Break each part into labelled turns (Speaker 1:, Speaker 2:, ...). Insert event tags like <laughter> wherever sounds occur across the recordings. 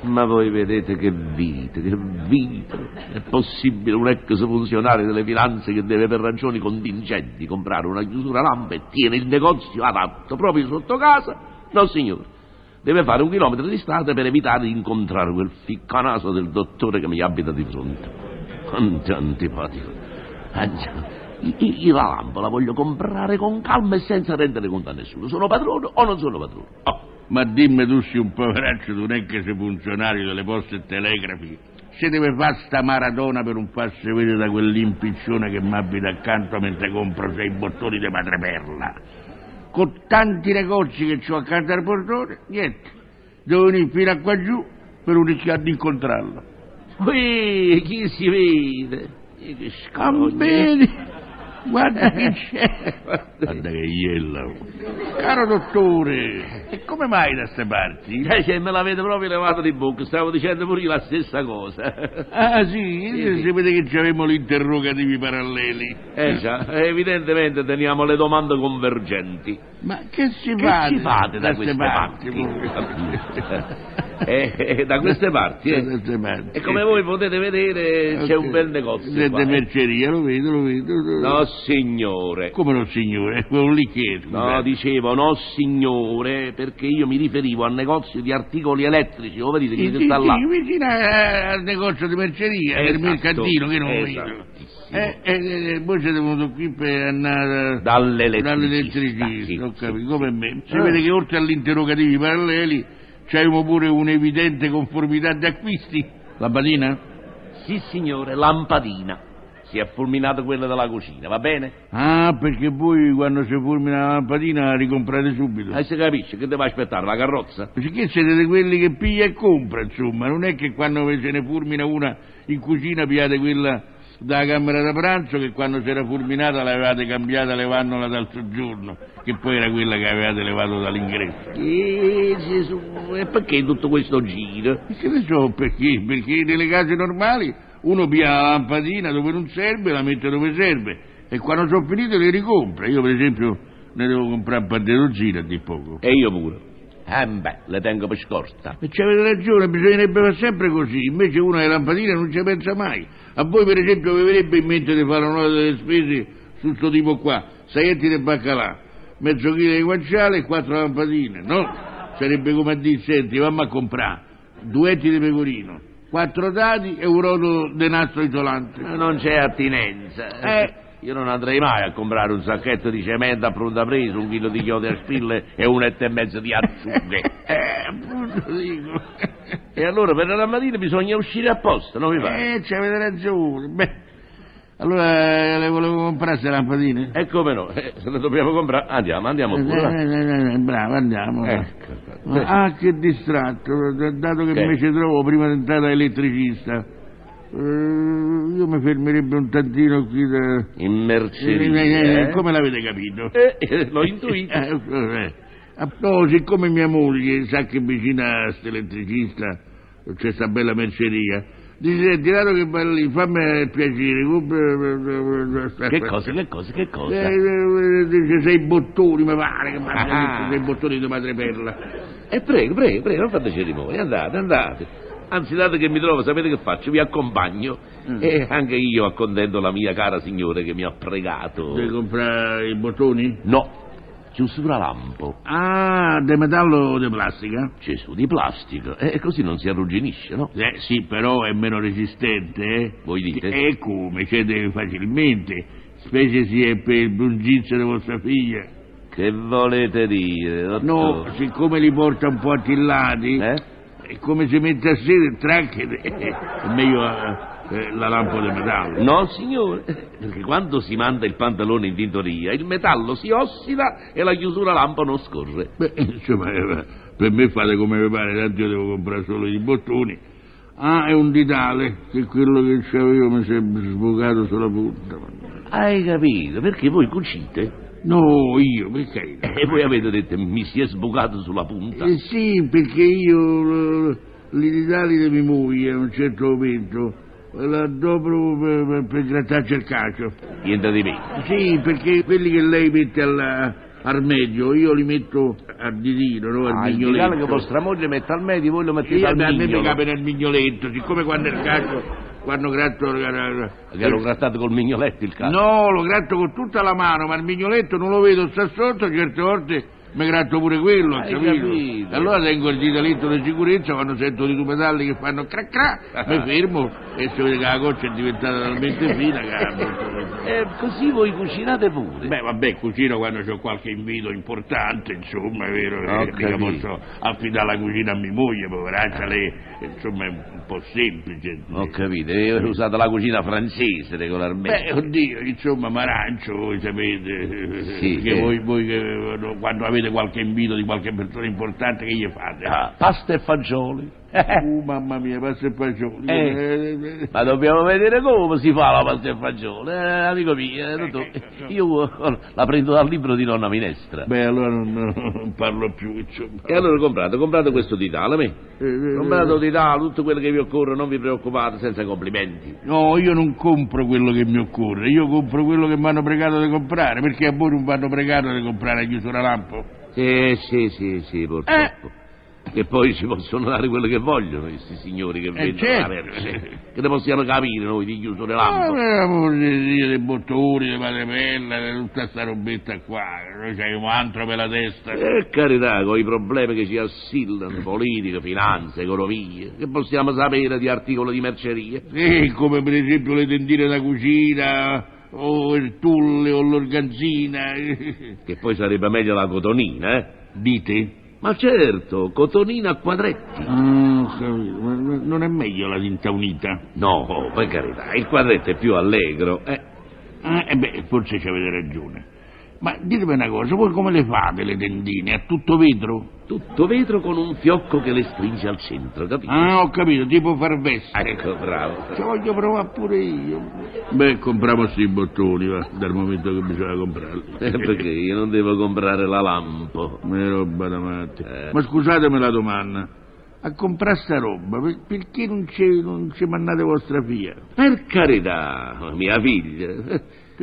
Speaker 1: Ma voi vedete che vita, che vita. È possibile un ex funzionario delle finanze che deve per ragioni contingenti comprare una chiusura lampa e tiene il negozio adatto proprio sotto casa? No, signore. Deve fare un chilometro di strada per evitare di incontrare quel ficcanaso del dottore che mi abita di fronte. Quanto è antipatico. Eh, Aggia. Io, io la lampa la voglio comprare con calma e senza rendere conto a nessuno. Sono padrone o non sono padrone? Oh.
Speaker 2: Ma dimmi tu sei un poveraccio, tu non è che sei funzionario delle poste e telegrafi. Se deve fare sta maratona per non farsi vedere da quell'impiccione che mi abita accanto mentre compro sei bottoni di madreperla. Con tanti negozi che ho accanto al portone, niente. Devo venire fino a qua giù per un rischiare di incontrarlo.
Speaker 1: Ui, chi si vede? E Che
Speaker 2: Ah,
Speaker 1: scoglio.
Speaker 2: vedi? Guarda
Speaker 1: Eh.
Speaker 2: che c'è. Guarda che iello. Caro dottore, e come mai da ste parti?
Speaker 1: Eh, che me l'avete proprio levato di bocca, stavo dicendo pure io la stessa cosa.
Speaker 2: Ah sì,
Speaker 1: Sì, sì.
Speaker 2: si vede che avevamo gli interrogativi paralleli.
Speaker 1: Eh già, evidentemente teniamo le domande convergenti.
Speaker 2: Ma che si
Speaker 1: Che
Speaker 2: fate?
Speaker 1: ci fate da
Speaker 2: ste
Speaker 1: queste parti? <laughs> Eh, eh, da queste parti,
Speaker 2: Da
Speaker 1: eh.
Speaker 2: queste parti.
Speaker 1: E come voi potete vedere c'è
Speaker 2: Ok.
Speaker 1: un bel negozio.
Speaker 2: Siete
Speaker 1: qua, eh.
Speaker 2: merceria, lo vedo, lo vedo.
Speaker 1: No, signore.
Speaker 2: Come no, signore? Quello lì che è,
Speaker 1: No,
Speaker 2: scusa.
Speaker 1: dicevo, no signore, perché io mi riferivo al negozio di articoli elettrici, lo vedete
Speaker 2: Sì,
Speaker 1: che
Speaker 2: sì,
Speaker 1: sta là.
Speaker 2: sì, vicino a- al negozio di merceria, del
Speaker 1: Esatto,
Speaker 2: mercantino, che non vedo.
Speaker 1: esattissimo.
Speaker 2: Eh, eh, eh, voi siete venuti qui per andare...
Speaker 1: Dall'elettricista, sì,
Speaker 2: Dall'elettricista, ho
Speaker 1: sì, sì.
Speaker 2: capito, come me. Si
Speaker 1: Eh.
Speaker 2: vede che oltre agli interrogativi paralleli c'abbiamo pure un'evidente conformità di acquisti. La badina?
Speaker 1: Sì, signore, lampadina. Si è fulminato quella della cucina, va bene?
Speaker 2: Ah, perché voi quando si fulmina la lampadina la ricomprate subito.
Speaker 1: E si capisce, che deve aspettare, la carrozza?
Speaker 2: Perché siete di quelli che piglia e compra, insomma, non è che quando ve se ne fulmina una in cucina piate quella dalla camera da pranzo che quando si era fulminata l'avevate cambiata levandola dal soggiorno, che poi era quella che avevate levato dall'ingresso.
Speaker 1: Eh, Gesù, e perché tutto questo giro?
Speaker 2: E che ne so perché? Perché nelle case normali uno piglia la lampadina dove non serve, la mette dove serve e quando sono finite le ricompra. Io per esempio ne devo comprare un panderozzina di poco.
Speaker 1: E io pure. Eh beh, le tengo per scorta.
Speaker 2: E c'avete ragione, bisognerebbe fare sempre così, invece uno alle lampadine non ci pensa mai. A voi per esempio vi verrebbe in mente di fare un'ora delle spese su sto tipo qua, saietti di baccalà, mezzo chilo di guanciale e quattro lampadine, no? Sarebbe come a dire, senti, vammo a comprare due etti di pecorino, quattro dadi e un rotolo di nastro isolante.
Speaker 1: Eh, Non c'è attinenza.
Speaker 2: Eh.
Speaker 1: Io non andrei mai a comprare un sacchetto di cemento a pronta presa, un chilo di chiodi a spille e un etto e mezzo di acciughe.
Speaker 2: <laughs> Eh, appunto dico.
Speaker 1: e allora per la lampadina bisogna uscire apposta, non vi pare?
Speaker 2: Eh, c'avete ragione. Beh, allora eh, le volevo comprare queste lampadine?
Speaker 1: E come no? Eh, se le dobbiamo comprare, andiamo, andiamo
Speaker 2: Eh,
Speaker 1: pure. va.
Speaker 2: eh, eh, eh, bravo, andiamo.
Speaker 1: Ecco.
Speaker 2: Ma- Ah, che distratto, dato che
Speaker 1: Che?
Speaker 2: mi ci trovo prima di entrare da elettricista. Eh, io mi fermerebbe un tantino qui da...
Speaker 1: In
Speaker 2: Eh, eh,
Speaker 1: merceria. eh?
Speaker 2: Come l'avete capito?
Speaker 1: Eh, eh, l'ho intuito.
Speaker 2: Eh, eh, eh. No, siccome mia moglie sa che vicino a sto elettricista c'è sta bella merceria, dice, senti, dato che vai lì, fammi il piacere, compra...
Speaker 1: Che cosa, che cosa, che cosa?
Speaker 2: Eh, eh, eh, dice, sei bottoni, mi pare che mi
Speaker 1: Ah.
Speaker 2: abbia detto sei bottoni di madreperla.
Speaker 1: Eh, prego, prego, prego, non fate cerimonie, andate, andate. Anzi, dato che mi trovo, sapete che faccio? Vi accompagno.
Speaker 2: Mm.
Speaker 1: E anche io accontento la mia cara signora che mi ha pregato.
Speaker 2: Devi comprare i bottoni?
Speaker 1: No, chiusura lampo.
Speaker 2: Ah, di metallo o di plastica?
Speaker 1: Gesù, di plastica. Eh, E così non si arrugginisce, no?
Speaker 2: Eh, sì, però è meno resistente, eh?
Speaker 1: Voi dite?
Speaker 2: E come, cede facilmente, specie se è per il brungizio di vostra figlia.
Speaker 1: Che volete dire,
Speaker 2: No,
Speaker 1: dottore?
Speaker 2: siccome li porta un po' attillati,
Speaker 1: Oh. Eh?
Speaker 2: è come se mette a sede tracchete, è meglio eh, eh, la lampo di metallo.
Speaker 1: No, signore, perché quando si manda il pantalone in tintoria, il metallo si ossida e la chiusura lampo non scorre.
Speaker 2: Beh, insomma, eh, Per me fate come vi pare, tanto io devo comprare solo i bottoni. Ah, è un ditale, che quello che c'avevo mi si è sbucato sulla punta. mannaggia.
Speaker 1: Hai capito? Perché voi cucite?
Speaker 2: No, io, perché?
Speaker 1: E voi avete detto mi si è sbucato sulla punta.
Speaker 2: Eh sì, perché io eh, li ritali di mia moglie a un certo momento la dobro per, per, per grattarci il cacio.
Speaker 1: Niente di me.
Speaker 2: Sì, perché quelli che lei mette alla- al medio io li metto al ditino, no? Al
Speaker 1: Ah, il
Speaker 2: mignoletto.
Speaker 1: regalo che vostra moglie mette al medio, voi lo mettete
Speaker 2: Io
Speaker 1: al
Speaker 2: a me mi
Speaker 1: mignolo.
Speaker 2: cape nel mignoletto, siccome quando è il cacio, quando gratto... eh,
Speaker 1: Ah, Che l'ho grattato col mignoletto il cazzo.
Speaker 2: No, lo gratto con tutta la mano, ma il mignoletto non lo vedo sta sotto, certe volte mi gratto pure quello,
Speaker 1: Hai
Speaker 2: capito?
Speaker 1: capito.
Speaker 2: Allora tengo il ditaletto di sicurezza, quando sento di due metalli che fanno cra cra,
Speaker 1: <laughs>
Speaker 2: mi fermo e si vede che la goccia è diventata talmente fina che... ha molto-
Speaker 1: Eh, così voi cucinate pure.
Speaker 2: Beh, vabbè, cucino quando c'ho qualche invito importante, insomma, è vero,
Speaker 1: Ho
Speaker 2: eh, mica
Speaker 1: capito.
Speaker 2: posso affidare la cucina a mia moglie, poveraccia, lei, insomma, è un po' semplice.
Speaker 1: Ho capito, eh, usate la cucina francese regolarmente.
Speaker 2: Beh, oddio, insomma, Marancio, voi sapete,
Speaker 1: Sì,
Speaker 2: che
Speaker 1: sì.
Speaker 2: voi, voi che, eh, quando avete qualche invito di qualche persona importante, che gli fate?
Speaker 1: Ah, pasta e <laughs> fagioli.
Speaker 2: <laughs> Uh, mamma mia, passa il fagioli.
Speaker 1: Eh.
Speaker 2: Eh, eh,
Speaker 1: Ma dobbiamo vedere come si fa la pasta e fagioli. Eh, amico mio, eh, dottore, io eh, la prendo dal libro di nonna minestra.
Speaker 2: Beh, allora non, non parlo più, insomma.
Speaker 1: E allora comprate, comprate questo ditale, a me.
Speaker 2: Eh, eh,
Speaker 1: Comprate ditale, tutto quello che vi occorre, non vi preoccupate, senza complimenti.
Speaker 2: No, io non compro quello che mi occorre, io compro quello che mi hanno pregato di comprare, perché a voi non mi hanno pregato di comprare a chiusura lampo.
Speaker 1: Sì, sì, sì, sì, purtroppo. Che poi ci possono dare quello che vogliono, questi signori che vendono
Speaker 2: certo.
Speaker 1: la merce. Che ne possiamo capire noi di chiusure
Speaker 2: Ah,
Speaker 1: lampo.
Speaker 2: per amor di Dio, dei bottoni, di padrepella, di tutta sta robetta qua, noi c'hai un altro per la testa.
Speaker 1: Per carità, con i problemi che ci assillano, politica, finanza, economia, che possiamo sapere di articoli di merceria?
Speaker 2: Sì, come per esempio le tendine da cucina, o il tulle, o l'organzina. <laughs>
Speaker 1: Che poi sarebbe meglio la cotonina, eh?
Speaker 2: Dite?
Speaker 1: Ma certo, cotonina a quadretti.
Speaker 2: Ah, ho capito, ma- ma non è meglio la tinta unita?
Speaker 1: No, per carità, il quadretto è più allegro, eh?
Speaker 2: Ah, eh beh, forse ci avete ragione. Ma ditemi una cosa, voi come le fate le tendine? A tutto vetro?
Speaker 1: Tutto vetro con un fiocco che le stringe al centro, capito?
Speaker 2: Ah, ho capito, tipo farvesta.
Speaker 1: Ecco, bravo.
Speaker 2: Ci Ah, voglio provare pure io. Beh, compriamo sti bottoni, va, dal momento che bisogna <laughs> comprarli.
Speaker 1: Eh, perché io non devo comprare la lampo.
Speaker 2: Ma è roba da matti.
Speaker 1: Eh.
Speaker 2: Ma scusatemi la domanda. A comprare sta roba, per- perché non ci, non ci mandate vostra figlia?
Speaker 1: Per carità, mia figlia.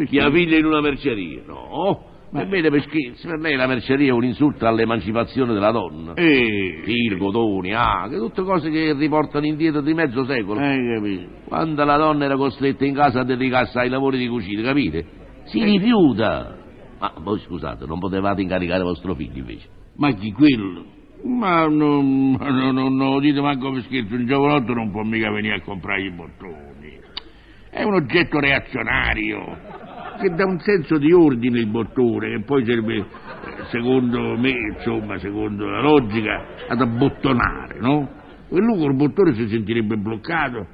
Speaker 1: Mia figlia in una merceria. No,
Speaker 2: Ma-
Speaker 1: per me per scherzi, per lei la merceria è un insulto all'emancipazione della donna.
Speaker 2: Eh,
Speaker 1: Fil, cotoni, aghe, tutte cose che riportano indietro di mezzo secolo.
Speaker 2: hai capito.
Speaker 1: Quando la donna era costretta in casa a dedicarsi ai lavori di cucina, capite? Si rifiuta. Ma voi scusate, non potevate incaricare vostro figlio invece.
Speaker 2: Ma chi quello? Ma non, ma no, no, no, dite manco per scherzo, un giovanotto non può mica venire a comprare i bottoni. È un oggetto reazionario, che dà un senso di ordine il bottone, che poi serve, eh, secondo me, insomma, secondo la logica, ad abbottonare, no? E lui col bottone si sentirebbe bloccato,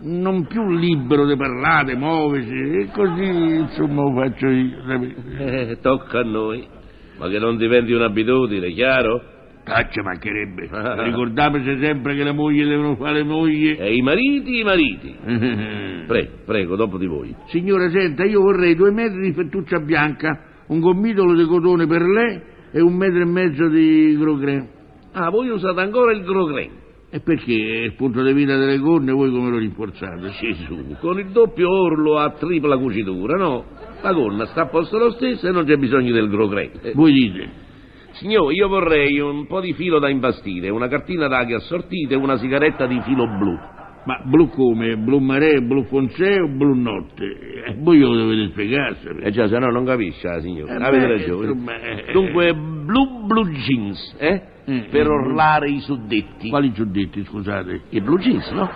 Speaker 2: non più libero di parlare, di muoversi, e così, insomma, lo faccio io. sapete?
Speaker 1: Eh, tocca a noi. Ma che non diventi un'abitudine, chiaro?
Speaker 2: Ah, ci mancherebbe. Ricordateci sempre che le mogli devono fare moglie.
Speaker 1: E i mariti, i mariti. Prego, prego, dopo di voi.
Speaker 2: Signora, senta, io vorrei due metri di fettuccia bianca, un gomitolo di cotone per lei e un metro e mezzo di grogren.
Speaker 1: Ah, voi usate ancora il grogren.
Speaker 2: E perché? Il punto di vita delle gonne voi come lo rinforzate?
Speaker 1: Gesù, con il doppio orlo a tripla cucitura, no? La gonna sta a posto lo stesso e non c'è bisogno del grogren. Eh,
Speaker 2: Voi dite.
Speaker 1: Signore, io vorrei un po' di filo da imbastire, una cartina d'aghi assortite e una sigaretta di filo blu.
Speaker 2: Ma blu come? Blu mare, blu fonse o blu notte? Eh, voi glielo dovete spiegare, sapete.
Speaker 1: Eh già, se no non capisce la signora.
Speaker 2: Eh,
Speaker 1: Avete
Speaker 2: beh,
Speaker 1: ragione.
Speaker 2: insomma, eh.
Speaker 1: Dunque, blu blu jeans, eh?
Speaker 2: Mm,
Speaker 1: per
Speaker 2: mm,
Speaker 1: orlare i suddetti.
Speaker 2: Quali giudetti, scusate?
Speaker 1: I blu jeans, no?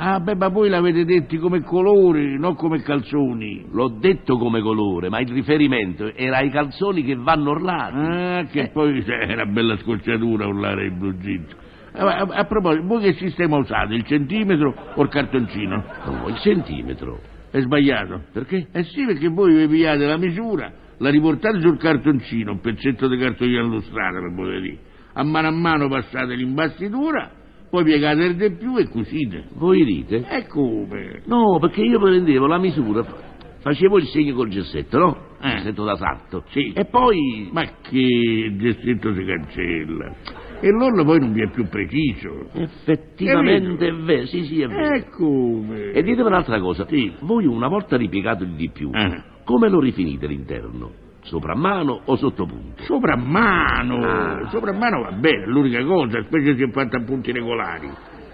Speaker 2: Ah, beh, ma voi l'avete detti come colori, non come calzoni.
Speaker 1: L'ho detto come colore, ma il riferimento era ai calzoni che vanno orlati.
Speaker 2: Ah, che poi eh, è una bella scocciatura urlare il blu jeans. Eh, ma A, a proposito, voi che sistema usate, il centimetro o il cartoncino?
Speaker 1: No, il centimetro.
Speaker 2: È sbagliato.
Speaker 1: Perché?
Speaker 2: Eh sì, perché voi vi pigliate la misura, la riportate sul cartoncino, un pezzetto di cartolina illustrata per poter dire. a mano a mano passate l'imbastitura, poi piegate il di più e cucite.
Speaker 1: Voi dite?
Speaker 2: E come?
Speaker 1: No, perché io prendevo la misura, fa- facevo il segno col gessetto, no?
Speaker 2: Eh.
Speaker 1: Il gessetto da sarto.
Speaker 2: Sì.
Speaker 1: E poi...
Speaker 2: Ma che il gessetto si cancella. E l'orlo poi non vi è più preciso.
Speaker 1: Eh, Effettivamente è
Speaker 2: Capito?
Speaker 1: vero, sì, sì, è vero.
Speaker 2: E come?
Speaker 1: E ditemi un'altra cosa.
Speaker 2: Sì.
Speaker 1: Voi una volta ripiegato il di più,
Speaker 2: Eh.
Speaker 1: come lo rifinite l'interno? Sopra mano o sottopunto?
Speaker 2: Sopra mano,
Speaker 1: Ah.
Speaker 2: sopra mano va bene, è l'unica cosa, specie se è fatta a punti regolari.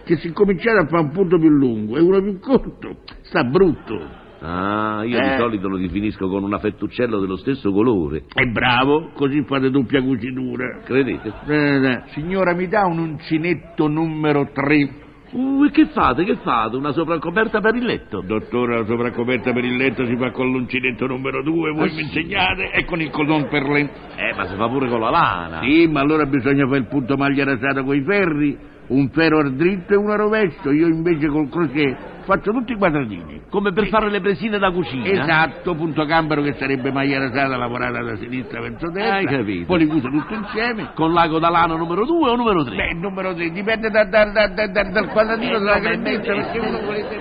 Speaker 2: Che se cominciate a fare un punto più lungo e uno più corto, sta brutto.
Speaker 1: Ah, io di
Speaker 2: Eh.
Speaker 1: solito lo rifinisco con una fettuccella dello stesso colore.
Speaker 2: E bravo, così fate doppia cucitura.
Speaker 1: Credete?
Speaker 2: Eh, eh, Signora, mi dà un uncinetto numero 3.
Speaker 1: Uh, e che fate? Che fate? Una sopracoperta per il letto?
Speaker 2: Dottore, la sopraccoperta per il letto si fa con l'uncinetto numero 2, voi
Speaker 1: Ah,
Speaker 2: mi
Speaker 1: sì?
Speaker 2: insegnate, e con il codon per le...
Speaker 1: Eh, ma si fa pure con la lana.
Speaker 2: Sì, ma allora bisogna fare il punto maglia rasata coi ferri, un ferro al dritto e uno a rovescio, io invece col crochet faccio tutti i quadratini.
Speaker 1: Come per fare le presine da cucina.
Speaker 2: Esatto, punto gambero che sarebbe maglia rasata lavorata da sinistra verso destra.
Speaker 1: Hai capito.
Speaker 2: Poi li uso tutto insieme.
Speaker 1: Con l'ago da lano numero 2 o numero 3?
Speaker 2: Beh, il numero 3 dipende da- da- da- da- da- dal quadratino
Speaker 1: Eh,
Speaker 2: della
Speaker 1: no, beh,
Speaker 2: grandezza
Speaker 1: beh,
Speaker 2: perché
Speaker 1: beh.
Speaker 2: uno volete